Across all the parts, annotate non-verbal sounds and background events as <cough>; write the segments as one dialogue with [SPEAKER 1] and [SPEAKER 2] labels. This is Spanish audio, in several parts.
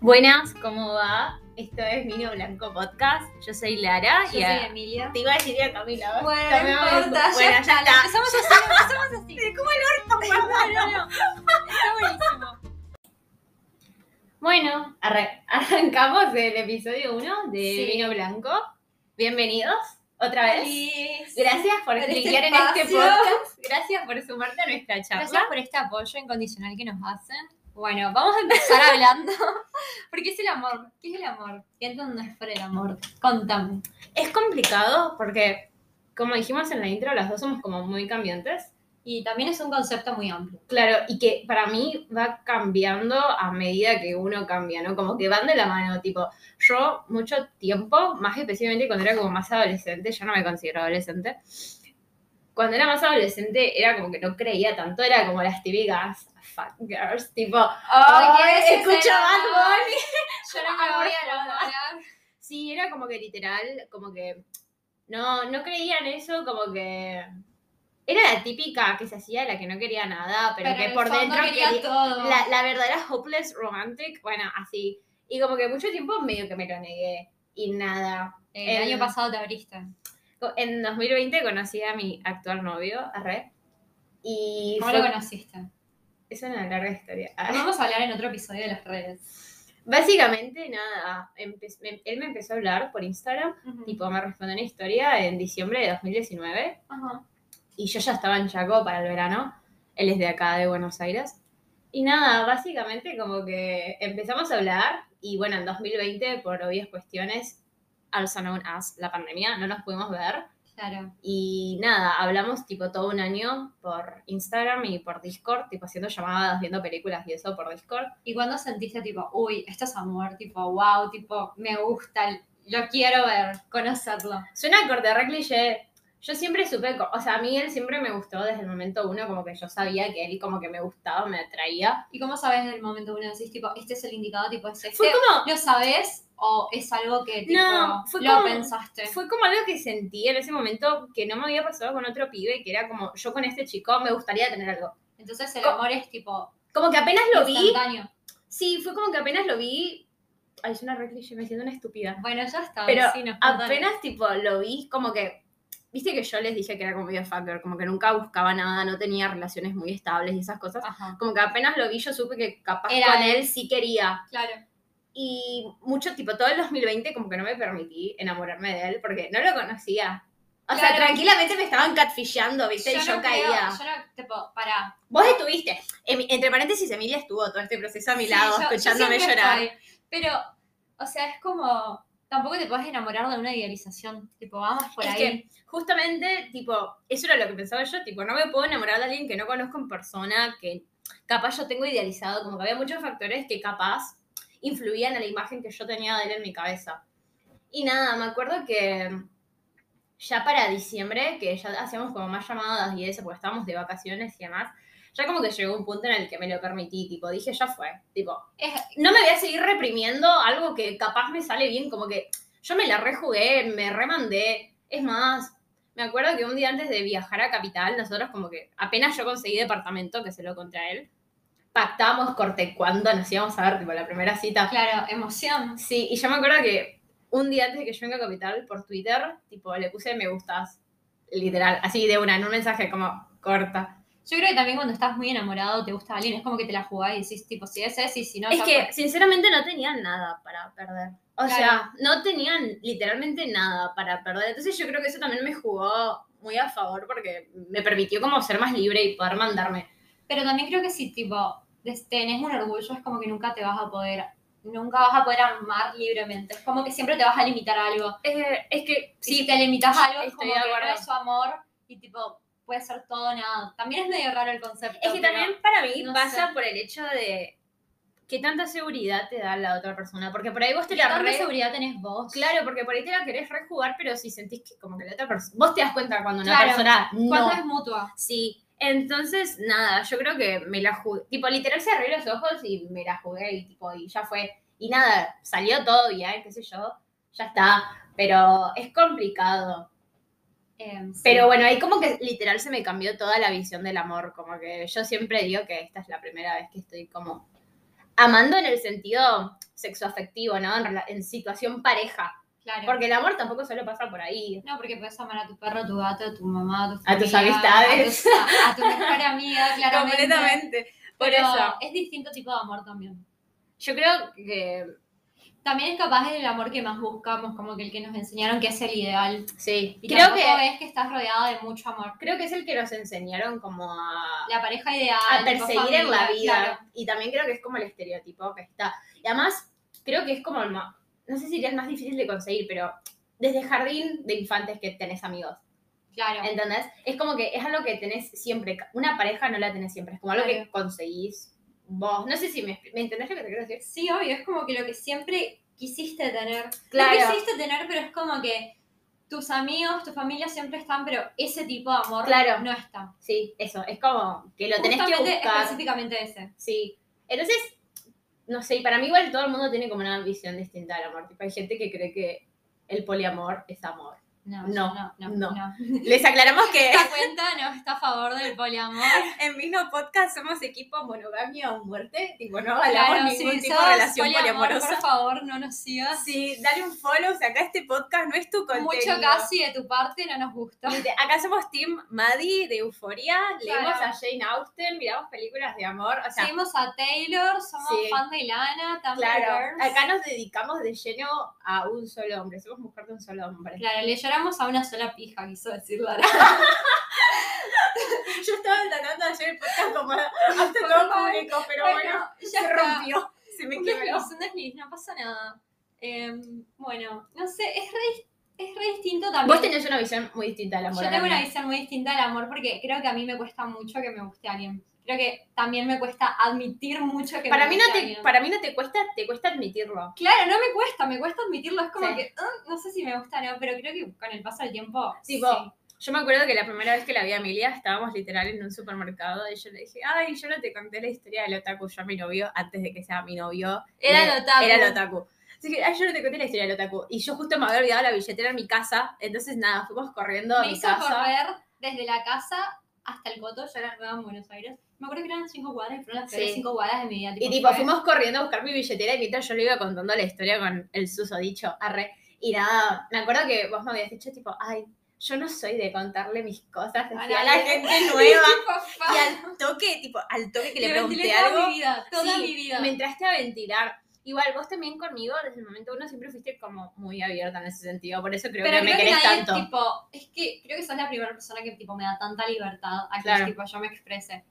[SPEAKER 1] Buenas, ¿cómo va? Esto es Vino Blanco Podcast. Yo soy Lara
[SPEAKER 2] Yo
[SPEAKER 1] y a-
[SPEAKER 2] soy Emilia.
[SPEAKER 1] te iba a decir a Camila. ¿ves?
[SPEAKER 2] Bueno,
[SPEAKER 1] Camila,
[SPEAKER 2] no
[SPEAKER 1] me-
[SPEAKER 2] importa,
[SPEAKER 1] bueno,
[SPEAKER 2] ya, está.
[SPEAKER 1] está.
[SPEAKER 2] Empezamos así, empezamos así.
[SPEAKER 1] ¿Cómo el orto, mamá?
[SPEAKER 2] <laughs> No, no, no. Está buenísimo.
[SPEAKER 1] Bueno, arran- arrancamos el episodio 1 de
[SPEAKER 2] Sí.
[SPEAKER 1] Vino Blanco. Bienvenidos otra vez.
[SPEAKER 2] Feliz.
[SPEAKER 1] Gracias por
[SPEAKER 2] Por este
[SPEAKER 1] cliquear en este
[SPEAKER 2] espacio.
[SPEAKER 1] podcast. Gracias por sumarte a nuestra charla.
[SPEAKER 2] Gracias por este apoyo incondicional que nos hacen. Bueno, vamos a empezar hablando. <laughs> Porque es el amor. ¿Qué es el amor? ¿Qué entendés por el amor? Contame.
[SPEAKER 1] Es complicado porque, como dijimos en la intro, las dos somos como muy cambiantes.
[SPEAKER 2] Y también es un concepto muy amplio.
[SPEAKER 1] Claro, y que para mí va cambiando a medida que uno cambia, ¿no? Como que van de la mano, tipo, yo mucho tiempo, más especialmente cuando era como más adolescente, yo no me considero adolescente, cuando era más adolescente era como que no creía tanto, era como las típicas fuck girls, tipo,
[SPEAKER 2] Ay,
[SPEAKER 1] oye,
[SPEAKER 2] ese
[SPEAKER 1] escucho
[SPEAKER 2] será.
[SPEAKER 1] Bad Bunny.
[SPEAKER 2] Yo no me
[SPEAKER 1] Amor
[SPEAKER 2] voy
[SPEAKER 1] por
[SPEAKER 2] a enamorar.
[SPEAKER 1] Sí, era como que literal, como que no, no creían eso, como que... Era la típica que se hacía la que no quería nada, pero,
[SPEAKER 2] Pero
[SPEAKER 1] que
[SPEAKER 2] en el
[SPEAKER 1] por
[SPEAKER 2] fondo
[SPEAKER 1] dentro
[SPEAKER 2] quería
[SPEAKER 1] quería,
[SPEAKER 2] todo.
[SPEAKER 1] la, la verdadera hopeless romantic, bueno, así. Y como que mucho tiempo medio que me lo negué. Y nada.
[SPEAKER 2] Eh, El, año pasado te abriste.
[SPEAKER 1] Co- En 2020 conocí a mi actual novio, a Re. Y
[SPEAKER 2] ¿Cómo
[SPEAKER 1] fue-
[SPEAKER 2] lo conociste?
[SPEAKER 1] es una larga historia. Ah,
[SPEAKER 2] Vamos a hablar en otro episodio de las redes.
[SPEAKER 1] Básicamente, nada. empe- me- él me empezó a hablar por Instagram. Tipo, me respondió una historia en diciembre de 2019.
[SPEAKER 2] Ajá.
[SPEAKER 1] y yo ya estaba en Chaco para el verano. Él es de acá, de Buenos Aires. Y nada, básicamente como que empezamos a hablar y bueno, en 2020 por obvias cuestiones, also known as la pandemia, no nos pudimos ver.
[SPEAKER 2] Claro.
[SPEAKER 1] Y nada, hablamos tipo todo un año por Instagram y por Discord, tipo haciendo llamadas, viendo películas y eso por Discord.
[SPEAKER 2] ¿Y cuando sentiste tipo, uy, esto es amor, tipo, wow, tipo, me gusta, lo quiero ver, conocerlo?
[SPEAKER 1] Suena corte re cliché. Yo siempre supe, co- o sea, a mí él siempre me gustó desde el momento uno, como que yo sabía que él como que me gustaba, me atraía.
[SPEAKER 2] ¿Y cómo sabes en el momento uno decís, tipo, este es el indicado, tipo, es este?
[SPEAKER 1] Fue como,
[SPEAKER 2] ¿Lo sabes o es algo que, tipo,
[SPEAKER 1] No, fue
[SPEAKER 2] lo
[SPEAKER 1] como-
[SPEAKER 2] pensaste?
[SPEAKER 1] Fue como algo que sentí en ese momento que no me había pasado con otro pibe, que era como, yo con este chico me gustaría tener algo.
[SPEAKER 2] Entonces el
[SPEAKER 1] Co-
[SPEAKER 2] amor es, tipo,
[SPEAKER 1] Como que apenas lo vi.
[SPEAKER 2] instantáneo.
[SPEAKER 1] Sí, fue como que apenas lo vi. Ay, es una re cliché, me siento una estúpida.
[SPEAKER 2] Bueno, ya está.
[SPEAKER 1] Pero
[SPEAKER 2] sí, nos contaron.
[SPEAKER 1] Apenas tipo lo vi, como que. Viste que yo les dije que era como medio fucker, como que nunca buscaba nada, no tenía relaciones muy estables y esas cosas.
[SPEAKER 2] Ajá,
[SPEAKER 1] Como que apenas lo vi, yo supe que capaz
[SPEAKER 2] Era
[SPEAKER 1] con
[SPEAKER 2] él.
[SPEAKER 1] él sí quería.
[SPEAKER 2] claro.
[SPEAKER 1] Y mucho, tipo, todo el 2020 como que no me permití enamorarme de él porque no lo conocía. O sea,
[SPEAKER 2] Claro.
[SPEAKER 1] tranquilamente me estaban catfishando, ¿viste? y yo
[SPEAKER 2] no creo-
[SPEAKER 1] caía.
[SPEAKER 2] yo no, tipo, pará.
[SPEAKER 1] Vos estuviste. Em- entre paréntesis, Emilia estuvo todo este proceso a mi
[SPEAKER 2] Sí,
[SPEAKER 1] lado,
[SPEAKER 2] yo- yo
[SPEAKER 1] escuchándome
[SPEAKER 2] siempre
[SPEAKER 1] llorar.
[SPEAKER 2] estoy. Pero, o sea, es como, tampoco te podés enamorar de una idealización, tipo, vamos por
[SPEAKER 1] Es
[SPEAKER 2] ahí.
[SPEAKER 1] que justamente, tipo, eso era lo que pensaba yo, tipo, no me puedo enamorar de alguien que no conozco en persona, que capaz yo tengo idealizado, como que había muchos factores que capaz influían en la imagen que yo tenía de él en mi cabeza. Y nada, me acuerdo que ya para diciembre, que ya hacíamos como más llamadas y eso, porque estábamos de vacaciones y demás, ya como que llegó un punto en el que me lo permití, tipo, dije, ya fue, tipo,
[SPEAKER 2] Es-
[SPEAKER 1] no me voy a seguir reprimiendo algo que capaz me sale bien, como que yo me la rejugué, me remandé. Es más, me acuerdo que un día antes de viajar a Capital, nosotros como que apenas yo conseguí departamento, que se lo conté a él, pactamos corte cuando nos íbamos a ver, tipo la primera cita.
[SPEAKER 2] Claro, emoción.
[SPEAKER 1] Sí, y yo me acuerdo que un día antes de que yo venga a Capital, por Twitter, tipo le puse me gustas, literal, así de una, en un mensaje como corta.
[SPEAKER 2] Yo creo que también cuando estás muy enamorado te gusta alguien, es como que te la jugás y decís, tipo, si es ese y si no,
[SPEAKER 1] Es
[SPEAKER 2] ya
[SPEAKER 1] que
[SPEAKER 2] fue.
[SPEAKER 1] sinceramente no tenían nada para perder. O
[SPEAKER 2] Claro.
[SPEAKER 1] sea, no tenían literalmente nada para perder. Entonces yo creo que eso también me jugó muy a favor porque me permitió como ser más libre y poder mandarme.
[SPEAKER 2] Pero también creo que si, tipo, des- tenés un orgullo, es como que nunca te vas a poder, nunca vas a poder armar libremente. Es como que siempre te vas a limitar a algo.
[SPEAKER 1] Eh, es que
[SPEAKER 2] Si
[SPEAKER 1] sí,
[SPEAKER 2] te limitas a algo, es
[SPEAKER 1] estoy
[SPEAKER 2] como
[SPEAKER 1] de
[SPEAKER 2] que no
[SPEAKER 1] acuerdo.
[SPEAKER 2] es su amor y, tipo, puede ser todo o nada. También es medio raro el concepto.
[SPEAKER 1] es que
[SPEAKER 2] pero-
[SPEAKER 1] también para mí
[SPEAKER 2] no
[SPEAKER 1] pasa
[SPEAKER 2] sé.
[SPEAKER 1] por el hecho de qué tanta seguridad te da la otra persona. Porque por ahí vos te
[SPEAKER 2] ¿Qué
[SPEAKER 1] la
[SPEAKER 2] tanta
[SPEAKER 1] re...
[SPEAKER 2] seguridad tenés vos?
[SPEAKER 1] Claro, porque por ahí te la querés rejugar, pero si sentís que como que la otra persona... Vos te das cuenta cuando una
[SPEAKER 2] Claro.
[SPEAKER 1] persona no...
[SPEAKER 2] ¿Cuándo es mutua?
[SPEAKER 1] Sí, entonces nada, yo creo que me la jugué, tipo literal cerré los ojos y me la jugué y tipo y ya fue y nada, salió todo bien, qué sé yo, ya está, pero es complicado.
[SPEAKER 2] Em, sí.
[SPEAKER 1] Pero bueno, ahí como que literal se me cambió toda la visión del amor, como que yo siempre digo que esta es la primera vez que estoy como amando en el sentido sexoafectivo, ¿no? En, rela- en situación pareja.
[SPEAKER 2] Claro.
[SPEAKER 1] Porque el amor tampoco solo pasa por ahí.
[SPEAKER 2] No, porque puedes amar a tu perro, a tu gato, a tu mamá, a tu
[SPEAKER 1] A tus
[SPEAKER 2] familia,
[SPEAKER 1] amistades.
[SPEAKER 2] A tu, a tu mejor
[SPEAKER 1] <laughs>
[SPEAKER 2] amiga, claramente.
[SPEAKER 1] Por
[SPEAKER 2] Pero
[SPEAKER 1] eso.
[SPEAKER 2] es distinto tipo de amor también.
[SPEAKER 1] Yo creo que
[SPEAKER 2] También es capaz el amor que más buscamos, como que el que nos enseñaron que es el ideal.
[SPEAKER 1] sí.
[SPEAKER 2] Y
[SPEAKER 1] creo que
[SPEAKER 2] es que estás rodeada de mucho amor.
[SPEAKER 1] creo que es el que nos enseñaron como a,
[SPEAKER 2] La pareja ideal.
[SPEAKER 1] a
[SPEAKER 2] tu
[SPEAKER 1] perseguir
[SPEAKER 2] familia,
[SPEAKER 1] en la vida.
[SPEAKER 2] claro.
[SPEAKER 1] Y también creo que es como el estereotipo que está. Y además, creo que es como el ma- no sé si es más difícil de conseguir, pero desde jardín de infantes que tenés amigos.
[SPEAKER 2] Claro.
[SPEAKER 1] ¿Entendés? Es como que es algo que tenés siempre. Una pareja no la tenés siempre. Es como algo que
[SPEAKER 2] Claro.
[SPEAKER 1] conseguís vos. No sé si me, expli- ¿me entendés lo que te quiero decir.
[SPEAKER 2] Sí, obvio, es como que lo que siempre quisiste tener. No
[SPEAKER 1] Claro.
[SPEAKER 2] quisiste tener, pero es como que tus amigos, tu familia siempre están, pero ese tipo de amor
[SPEAKER 1] Claro.
[SPEAKER 2] no está.
[SPEAKER 1] Sí, eso. Es como que lo tenés que
[SPEAKER 2] Justamente,
[SPEAKER 1] buscar.
[SPEAKER 2] específicamente ese.
[SPEAKER 1] Sí. Entonces, no sé, y para mí igual todo el mundo tiene como una visión distinta del amor. Tipo, hay gente que cree que el poliamor es amor.
[SPEAKER 2] No,
[SPEAKER 1] No,
[SPEAKER 2] no, no.
[SPEAKER 1] no.
[SPEAKER 2] no.
[SPEAKER 1] <laughs> Les aclaramos que
[SPEAKER 2] Esta cuenta no está a favor del poliamor.
[SPEAKER 1] <laughs> en mismo podcast somos equipo monogamia o muerte. Tipo, no
[SPEAKER 2] Claro, si sos poliamor, por favor, no nos sigas.
[SPEAKER 1] Sí, dale un follow, o sea, acá este podcast no es tu contenido.
[SPEAKER 2] Mucho casi de tu parte no nos gustó.
[SPEAKER 1] Dice, Acá somos Team Maddie de Euforia, leemos a
[SPEAKER 2] Claro.
[SPEAKER 1] Jane Austen, miramos películas de amor, o sea,
[SPEAKER 2] Seguimos a Taylor, somos
[SPEAKER 1] Sí.
[SPEAKER 2] fan de Lana, también.
[SPEAKER 1] claro, acá nos dedicamos de lleno a un solo hombre, somos mujer de un solo hombre.
[SPEAKER 2] Claro, le lloramos a una sola pija, quiso decir Lara.
[SPEAKER 1] <laughs> Yo estaba tratando de hacer el podcast como hasta
[SPEAKER 2] todo
[SPEAKER 1] público, pero
[SPEAKER 2] está.
[SPEAKER 1] se
[SPEAKER 2] Un desliz, un desliz, no pasa nada. Em, bueno, no sé, es re, es re distinto también.
[SPEAKER 1] Vos tenés una visión muy distinta del amor.
[SPEAKER 2] Yo tengo
[SPEAKER 1] Ana.
[SPEAKER 2] una visión muy distinta del amor porque creo que a mí me cuesta mucho que me guste alguien. Creo que también me cuesta admitir mucho que
[SPEAKER 1] para
[SPEAKER 2] me
[SPEAKER 1] mí,
[SPEAKER 2] guste
[SPEAKER 1] no te,
[SPEAKER 2] alguien.
[SPEAKER 1] para mí no te cuesta, te cuesta admitirlo.
[SPEAKER 2] Claro, no me cuesta, me cuesta admitirlo. Es como
[SPEAKER 1] Sí.
[SPEAKER 2] que, "Ah, no sé si me gusta o no, pero creo que con el paso del tiempo.
[SPEAKER 1] Tipo, Yo me acuerdo que la primera vez que la vi a Emilia estábamos literal en un supermercado y yo le dije, ay, yo no te conté la historia del otaku, yo a mi novio, antes de que sea mi novio.
[SPEAKER 2] Era
[SPEAKER 1] le-
[SPEAKER 2] el otaku.
[SPEAKER 1] Era el otaku. Así que, ay, yo no te conté la historia del otaku. Y yo justo me había olvidado la billetera en mi casa, entonces nada, fuimos corriendo a
[SPEAKER 2] Me
[SPEAKER 1] mi
[SPEAKER 2] hizo
[SPEAKER 1] casa.
[SPEAKER 2] correr desde la casa hasta el coto. Yo era nueva en Buenos Aires. Me acuerdo que eran cinco cuadras y fueron las peores
[SPEAKER 1] Sí.
[SPEAKER 2] cinco cuadras de mi vida.
[SPEAKER 1] Y tipo,
[SPEAKER 2] fue-
[SPEAKER 1] fuimos corriendo a buscar mi billetera y mientras yo le iba contando la historia con el susodicho, arre. Y nada, me acuerdo que vos me habías dicho, tipo, ay, yo no soy de contarle mis cosas así a la
[SPEAKER 2] nadie". <laughs>
[SPEAKER 1] gente
[SPEAKER 2] Y
[SPEAKER 1] <laughs> nueva.
[SPEAKER 2] tipo,
[SPEAKER 1] Y al toque, tipo, al toque que le
[SPEAKER 2] Le
[SPEAKER 1] pregunté
[SPEAKER 2] ventilé toda
[SPEAKER 1] algo,
[SPEAKER 2] mi vida, toda
[SPEAKER 1] Sí,
[SPEAKER 2] mi vida.
[SPEAKER 1] me entraste a ventilar. Igual, vos también conmigo, desde el momento uno siempre fuiste como muy abierta en ese sentido, por eso creo
[SPEAKER 2] Pero
[SPEAKER 1] que me
[SPEAKER 2] creo que
[SPEAKER 1] querés
[SPEAKER 2] nadie,
[SPEAKER 1] tanto.
[SPEAKER 2] tipo, es que creo que sos la primera persona que tipo me da tanta libertad a que
[SPEAKER 1] Claro.
[SPEAKER 2] tipo yo me exprese.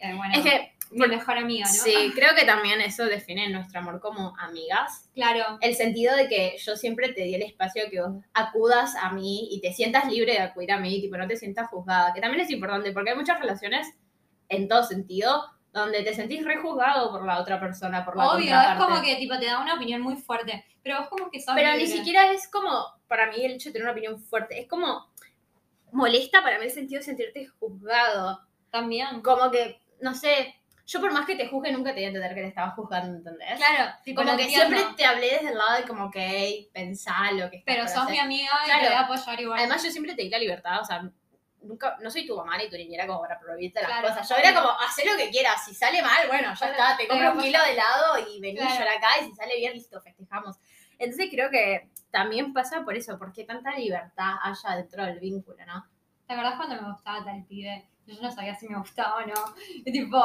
[SPEAKER 2] Eh, bueno,
[SPEAKER 1] Es que,
[SPEAKER 2] mi mejor amiga, ¿no?
[SPEAKER 1] sí, creo que también eso define nuestro amor como amigas.
[SPEAKER 2] Claro,
[SPEAKER 1] el sentido de que yo siempre te di el espacio que vos acudas a mí y te sientas libre de acudir a mí, tipo, no te sientas juzgada, que también es importante porque hay muchas relaciones en todo sentido donde te sentís rejuzgado por la otra persona, por la
[SPEAKER 2] obvio, es
[SPEAKER 1] contraparte.
[SPEAKER 2] como que tipo te da una opinión muy fuerte, pero vos como que sos
[SPEAKER 1] Pero ni
[SPEAKER 2] libre.
[SPEAKER 1] siquiera es como, para mí el hecho de tener una opinión fuerte, es como molesta para mí el sentido de sentirte juzgado,
[SPEAKER 2] también.
[SPEAKER 1] como que, no sé, yo por más que te juzgue nunca te voy a entender que te estaba juzgando, ¿entendés?
[SPEAKER 2] Claro,
[SPEAKER 1] Tipo,
[SPEAKER 2] lo
[SPEAKER 1] como que
[SPEAKER 2] entiendo,
[SPEAKER 1] siempre te hablé desde el lado de como que, hey, pensá lo que estás
[SPEAKER 2] pero
[SPEAKER 1] por
[SPEAKER 2] sos
[SPEAKER 1] hacer".
[SPEAKER 2] mi amiga y
[SPEAKER 1] Claro.
[SPEAKER 2] te voy a apoyar igual.
[SPEAKER 1] Además, yo siempre te di la libertad, o sea, nunca, no soy tu mamá ni tu niñera como para prohibirte las
[SPEAKER 2] Claro,
[SPEAKER 1] cosas. Yo era
[SPEAKER 2] claro.
[SPEAKER 1] como, haz lo que quieras, si sale mal, bueno, ya
[SPEAKER 2] Claro,
[SPEAKER 1] está, te
[SPEAKER 2] te
[SPEAKER 1] compro un
[SPEAKER 2] apoyo.
[SPEAKER 1] kilo de helado y venís
[SPEAKER 2] Claro.
[SPEAKER 1] yo acá, y si sale bien, listo, festejamos. Entonces creo que también pasa por eso, porque tanta libertad haya dentro del vínculo, ¿no?
[SPEAKER 2] La verdad cuando me gustaba tal pibe, yo no sabía si me gustaba o no. Y tipo,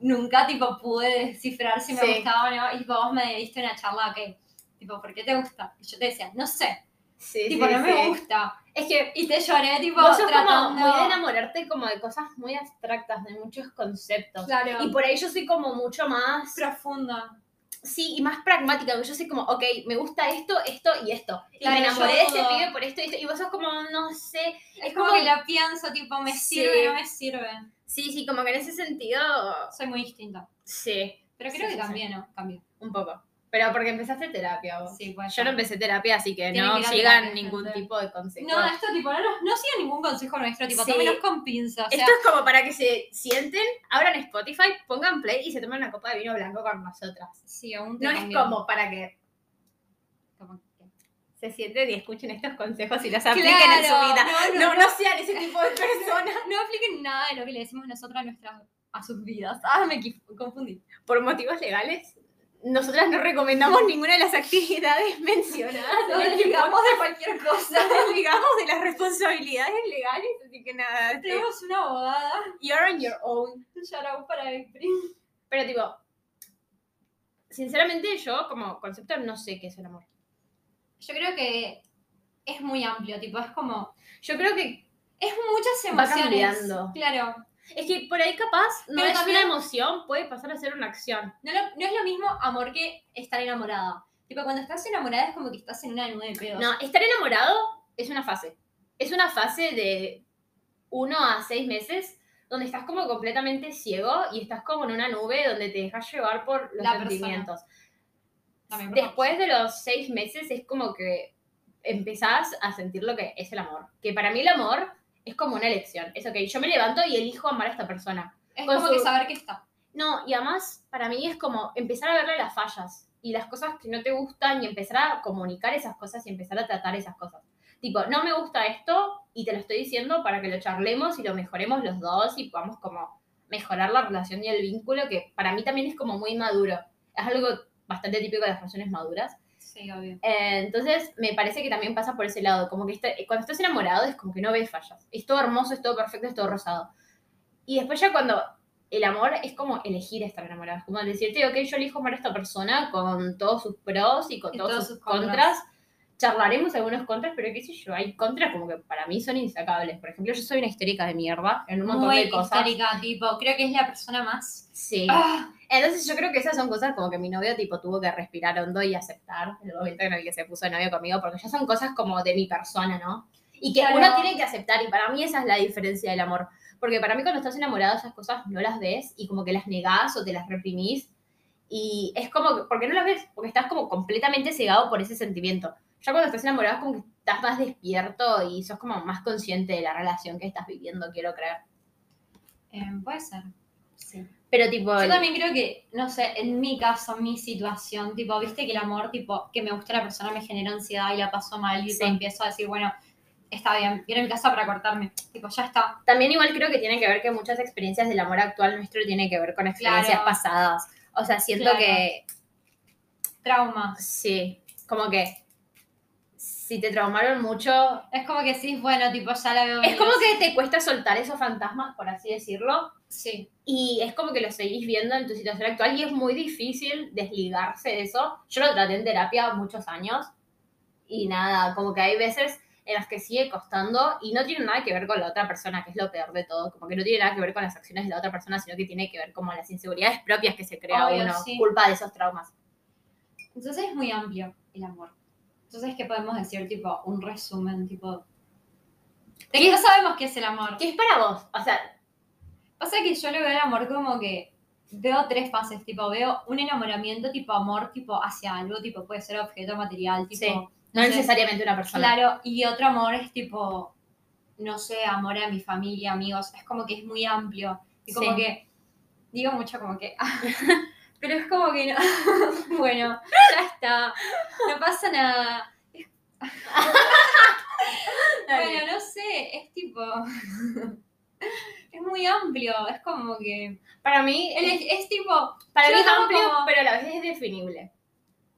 [SPEAKER 2] nunca tipo pude descifrar si me
[SPEAKER 1] Sí.
[SPEAKER 2] gustaba o no. Y tipo, vos me diste una charla que, tipo, ¿por qué te gusta? Y yo te decía, no sé,
[SPEAKER 1] Sí,
[SPEAKER 2] tipo, no me gusta.
[SPEAKER 1] Es que
[SPEAKER 2] Y te lloré, tipo,
[SPEAKER 1] vos sos como
[SPEAKER 2] tratando.
[SPEAKER 1] muy de enamorarte como de cosas muy abstractas, de muchos conceptos.
[SPEAKER 2] claro,
[SPEAKER 1] Y por ahí yo soy como mucho más...
[SPEAKER 2] profunda.
[SPEAKER 1] Sí, y más pragmática, porque yo sé como, ok, me gusta esto, esto y esto.
[SPEAKER 2] Claro,
[SPEAKER 1] y me
[SPEAKER 2] yo
[SPEAKER 1] enamoré de este
[SPEAKER 2] dudo.
[SPEAKER 1] pibe por esto y esto. Y vos sos como, no sé.
[SPEAKER 2] Es, como,
[SPEAKER 1] como-
[SPEAKER 2] que la pienso, tipo, me
[SPEAKER 1] Sí.
[SPEAKER 2] sirve, no me sirve.
[SPEAKER 1] Sí, sí, como que en ese sentido,
[SPEAKER 2] Soy muy distinta.
[SPEAKER 1] sí,
[SPEAKER 2] Pero
[SPEAKER 1] Sí,
[SPEAKER 2] creo
[SPEAKER 1] sí, sí.
[SPEAKER 2] que también, ¿no? Cambié.
[SPEAKER 1] un poco. Pero porque empezaste terapia vos.
[SPEAKER 2] Sí, puede
[SPEAKER 1] Yo
[SPEAKER 2] ser.
[SPEAKER 1] no empecé terapia, así que
[SPEAKER 2] Tienen
[SPEAKER 1] no
[SPEAKER 2] que ir a
[SPEAKER 1] sigan
[SPEAKER 2] terapia,
[SPEAKER 1] ningún
[SPEAKER 2] gente.
[SPEAKER 1] tipo de consejo.
[SPEAKER 2] No, esto tipo, no, nos- no sigan ningún consejo nuestro, tipo,
[SPEAKER 1] Sí.
[SPEAKER 2] tómenos con pinzas. O sea,
[SPEAKER 1] Esto es como para que se sienten, abran Spotify, pongan play y se tomen una copa de vino blanco con nosotras.
[SPEAKER 2] sí, aún te
[SPEAKER 1] No es
[SPEAKER 2] cambian.
[SPEAKER 1] como para que
[SPEAKER 2] Como que-
[SPEAKER 1] se sienten y escuchen estos consejos y los apliquen en su
[SPEAKER 2] Claro,
[SPEAKER 1] vida.
[SPEAKER 2] no, no,
[SPEAKER 1] no sean ese tipo de personas. <laughs>
[SPEAKER 2] No apliquen nada de lo que le decimos nosotros a nuestras a sus vidas. Ah, me equivo-
[SPEAKER 1] <laughs>
[SPEAKER 2] confundí.
[SPEAKER 1] Por motivos legales, nosotras no recomendamos ninguna de las actividades <laughs> mencionadas.
[SPEAKER 2] Nos desligamos de cualquier cosa.
[SPEAKER 1] <laughs> Nos desligamos de las responsabilidades legales, así que nada, este,
[SPEAKER 2] Tenemos una abogada.
[SPEAKER 1] you're on your own.
[SPEAKER 2] Un shout out para el primo.
[SPEAKER 1] Pero tipo, sinceramente yo como concepto no sé qué es el amor.
[SPEAKER 2] Yo creo que es muy amplio, tipo, es como.
[SPEAKER 1] Yo creo que
[SPEAKER 2] Es muchas
[SPEAKER 1] Va
[SPEAKER 2] emociones.
[SPEAKER 1] cambiando.
[SPEAKER 2] Claro.
[SPEAKER 1] es que por ahí capaz no
[SPEAKER 2] Pero
[SPEAKER 1] es
[SPEAKER 2] también-
[SPEAKER 1] una emoción, puede pasar a ser una acción.
[SPEAKER 2] No, lo- no es lo mismo amor que estar enamorada. Tipo, cuando estás enamorada es como que estás en una nube de pedos.
[SPEAKER 1] No, estar enamorado es una fase. Es una fase de uno a seis meses donde estás como completamente ciego y estás como en una nube donde te dejas llevar por los
[SPEAKER 2] La persona.
[SPEAKER 1] sentimientos.
[SPEAKER 2] También, por favor.
[SPEAKER 1] Después de los seis meses es como que empezás a sentir lo que es el amor. Que para mí el amor es como una elección. Es ok, yo me levanto y elijo amar a esta persona.
[SPEAKER 2] Es
[SPEAKER 1] con
[SPEAKER 2] como
[SPEAKER 1] su-
[SPEAKER 2] que saber que está.
[SPEAKER 1] No, y además para mí es como empezar a verle las fallas y las cosas que no te gustan y empezar a comunicar esas cosas y empezar a tratar esas cosas. Tipo, no me gusta esto y te lo estoy diciendo para que lo charlemos y lo mejoremos los dos y podamos como mejorar la relación y el vínculo, que para mí también es como muy maduro. Es algo bastante típico de las relaciones maduras.
[SPEAKER 2] Sí, obvio.
[SPEAKER 1] Eh, entonces, me parece que también pasa por ese lado. Como que está- cuando estás enamorado es como que no ves fallas. Es todo hermoso, es todo perfecto, es todo rosado. Y después ya cuando el amor es como elegir estar enamorado. Es como decirte, ok, yo elijo amar a esta persona con todos sus pros y con
[SPEAKER 2] Y
[SPEAKER 1] todos,
[SPEAKER 2] todos
[SPEAKER 1] sus,
[SPEAKER 2] sus
[SPEAKER 1] contras.
[SPEAKER 2] contras.
[SPEAKER 1] Charlaremos algunos contras, pero qué sé yo, hay contras como que para mí son insacables. Por ejemplo, yo soy una histérica de mierda en un montón
[SPEAKER 2] Muy
[SPEAKER 1] de cosas.
[SPEAKER 2] histórica, tipo, creo que es la persona más.
[SPEAKER 1] Sí.
[SPEAKER 2] Ah,
[SPEAKER 1] Entonces yo creo que esas son cosas como que mi novio tipo tuvo que respirar hondo y aceptar el momento en el que se puso de novio conmigo, porque ya son cosas como de mi persona, ¿no? Y que
[SPEAKER 2] Claro.
[SPEAKER 1] uno tiene que aceptar, y para mí esa es la diferencia del amor. Porque para mí cuando estás enamorado esas cosas no las ves y como que las negás o te las reprimís. Y es como que, ¿por qué no las ves? Porque estás como completamente cegado por ese sentimiento. Ya cuando estás enamorado es como que estás más despierto y sos como más consciente de la relación que estás viviendo, quiero creer.
[SPEAKER 2] eh, puede ser. Sí.
[SPEAKER 1] Pero tipo...
[SPEAKER 2] Yo
[SPEAKER 1] el-
[SPEAKER 2] también creo que, no sé, en mi caso, mi situación, tipo, viste que el amor, tipo, que me gusta la persona me genera ansiedad y la paso mal, y
[SPEAKER 1] Sí.
[SPEAKER 2] tipo, empiezo a decir, bueno, está bien, quiero mi casa para cortarme, tipo, ya está.
[SPEAKER 1] También igual creo que tiene que ver que muchas experiencias del amor actual nuestro tiene que ver con experiencias
[SPEAKER 2] Claro.
[SPEAKER 1] pasadas. O sea, siento
[SPEAKER 2] Claro.
[SPEAKER 1] que
[SPEAKER 2] Traumas.
[SPEAKER 1] sí, como que si te traumaron mucho,
[SPEAKER 2] Es como que sí, bueno, tipo, ya la veo.
[SPEAKER 1] es
[SPEAKER 2] venir.
[SPEAKER 1] como que te cuesta soltar esos fantasmas, por así decirlo,
[SPEAKER 2] Sí,
[SPEAKER 1] y es como que los seguís viendo en tu situación actual y es muy difícil desligarse de eso. Yo lo traté en terapia muchos años y nada, como que hay veces en las que sigue costando y no tiene nada que ver con la otra persona, que es lo peor de todo, como que no tiene nada que ver con las acciones de la otra persona, sino que tiene que ver como las inseguridades propias que se crea
[SPEAKER 2] Obvio,
[SPEAKER 1] uno,
[SPEAKER 2] sí.
[SPEAKER 1] culpa de esos traumas.
[SPEAKER 2] entonces es muy amplio el amor. Entonces, ¿qué podemos decir? Tipo, un resumen, tipo... De que no sabemos qué es el amor.
[SPEAKER 1] ¿Qué es para vos? O sea,
[SPEAKER 2] Pasa que yo lo veo el amor como que veo tres fases, tipo, veo un enamoramiento tipo amor, tipo hacia algo, tipo puede ser objeto material, tipo,
[SPEAKER 1] Sí,
[SPEAKER 2] no
[SPEAKER 1] no
[SPEAKER 2] sé,
[SPEAKER 1] necesariamente una persona.
[SPEAKER 2] Claro, y otro amor es tipo, no sé, amor a mi familia, amigos, es como que es muy amplio. Y como
[SPEAKER 1] Sí.
[SPEAKER 2] que, digo mucho como que, <laughs> pero es como que no, <laughs> bueno, ya está, no pasa nada.
[SPEAKER 1] <laughs> Dale.
[SPEAKER 2] Bueno, no sé, es tipo, <laughs> es muy amplio, es como que,
[SPEAKER 1] para mí,
[SPEAKER 2] él es- es tipo...
[SPEAKER 1] para
[SPEAKER 2] yo
[SPEAKER 1] mí es
[SPEAKER 2] lo tomo
[SPEAKER 1] amplio,
[SPEAKER 2] como-
[SPEAKER 1] pero a la vez es definible.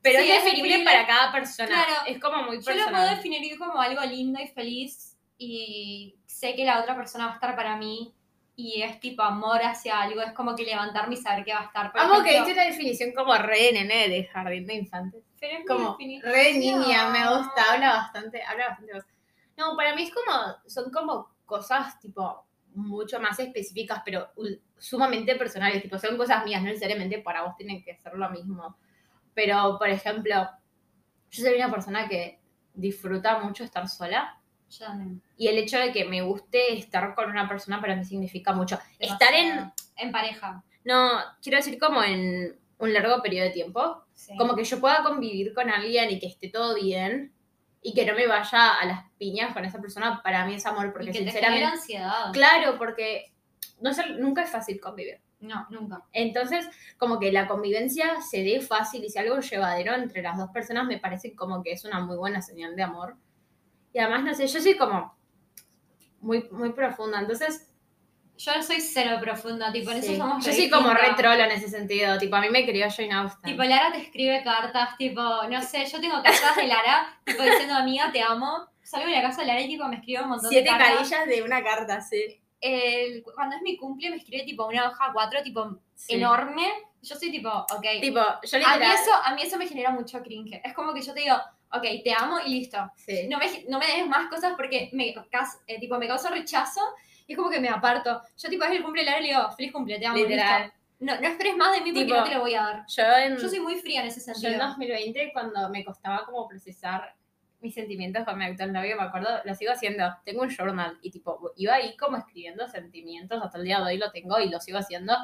[SPEAKER 1] Pero
[SPEAKER 2] Sí,
[SPEAKER 1] es
[SPEAKER 2] es
[SPEAKER 1] definible
[SPEAKER 2] definible.
[SPEAKER 1] para cada persona.
[SPEAKER 2] Claro.
[SPEAKER 1] Es como muy
[SPEAKER 2] Yo
[SPEAKER 1] personal.
[SPEAKER 2] lo puedo definir como algo lindo y feliz y sé que la otra persona va a estar para mí y es tipo amor hacia algo, es como que levantarme y saber que va a estar. Por
[SPEAKER 1] Amo que
[SPEAKER 2] ejemplo,
[SPEAKER 1] diste una definición como re de nene de jardín de infantes.
[SPEAKER 2] pero es mi
[SPEAKER 1] Como
[SPEAKER 2] definición.
[SPEAKER 1] re niña, me gusta, habla bastante, habla bastante voz. No, para mí es como, son como cosas tipo mucho más específicas, pero ul- sumamente personales, tipo, son cosas mías, no necesariamente para vos tienen que ser lo mismo. Pero, por ejemplo, yo soy una persona que disfruta mucho estar sola
[SPEAKER 2] Yo también.
[SPEAKER 1] y el hecho de que me guste estar con una persona para mí significa mucho. Estar
[SPEAKER 2] Demasiado.
[SPEAKER 1] en,
[SPEAKER 2] En pareja.
[SPEAKER 1] no, quiero decir como en un largo periodo de tiempo,
[SPEAKER 2] Sí.
[SPEAKER 1] como que yo pueda convivir con alguien y que esté todo bien y que no me vaya a las piñas con esa persona, para mí es amor,
[SPEAKER 2] Y
[SPEAKER 1] porque
[SPEAKER 2] que te genera
[SPEAKER 1] sinceramente...
[SPEAKER 2] ansiedad.
[SPEAKER 1] Claro, porque no es- nunca es fácil convivir.
[SPEAKER 2] No, nunca.
[SPEAKER 1] Entonces, como que la convivencia se dé fácil y sea algo llevadero entre las dos personas, me parece como que es una muy buena señal de amor. Y además, no sé, yo soy como muy, muy profunda, entonces
[SPEAKER 2] Yo no soy cero profunda, tipo, en
[SPEAKER 1] Sí.
[SPEAKER 2] eso somos
[SPEAKER 1] Yo
[SPEAKER 2] re
[SPEAKER 1] soy como re
[SPEAKER 2] distintas.
[SPEAKER 1] trola en ese sentido. Tipo, a mí me crió Jane Austen.
[SPEAKER 2] Tipo, Lara te escribe cartas, tipo, no sé, yo tengo cartas de Lara, tipo diciendo, amiga, te amo. Salgo de la casa de Lara y tipo me escribe un montón
[SPEAKER 1] Siete
[SPEAKER 2] de cartas.
[SPEAKER 1] carillas de una carta, sí.
[SPEAKER 2] El- cuando es mi cumple me escribe tipo una hoja cuatro, tipo,
[SPEAKER 1] Sí.
[SPEAKER 2] enorme. Yo soy tipo, ok.
[SPEAKER 1] Tipo, yo
[SPEAKER 2] a, mí
[SPEAKER 1] literal...
[SPEAKER 2] eso, a mí eso me genera mucho cringe. Es como que yo te digo, ok, te amo y listo.
[SPEAKER 1] Sí.
[SPEAKER 2] No me, no me des más cosas porque me, cas- eh, tipo, me causa rechazo y es como que me aparto. Yo tipo es el cumple de Lara y le digo, feliz cumple, te amo,
[SPEAKER 1] Literal.
[SPEAKER 2] listo. No, no esperes más de mí porque
[SPEAKER 1] Tipo,
[SPEAKER 2] no te lo voy a dar.
[SPEAKER 1] Yo en,
[SPEAKER 2] Yo soy muy fría en ese
[SPEAKER 1] yo
[SPEAKER 2] sentido.
[SPEAKER 1] en 2020, cuando me costaba como procesar mis sentimientos con mi actual novio, me acuerdo, lo sigo haciendo. Tengo un journal y tipo, iba ahí como escribiendo sentimientos. Hasta el día de hoy lo tengo y lo sigo haciendo.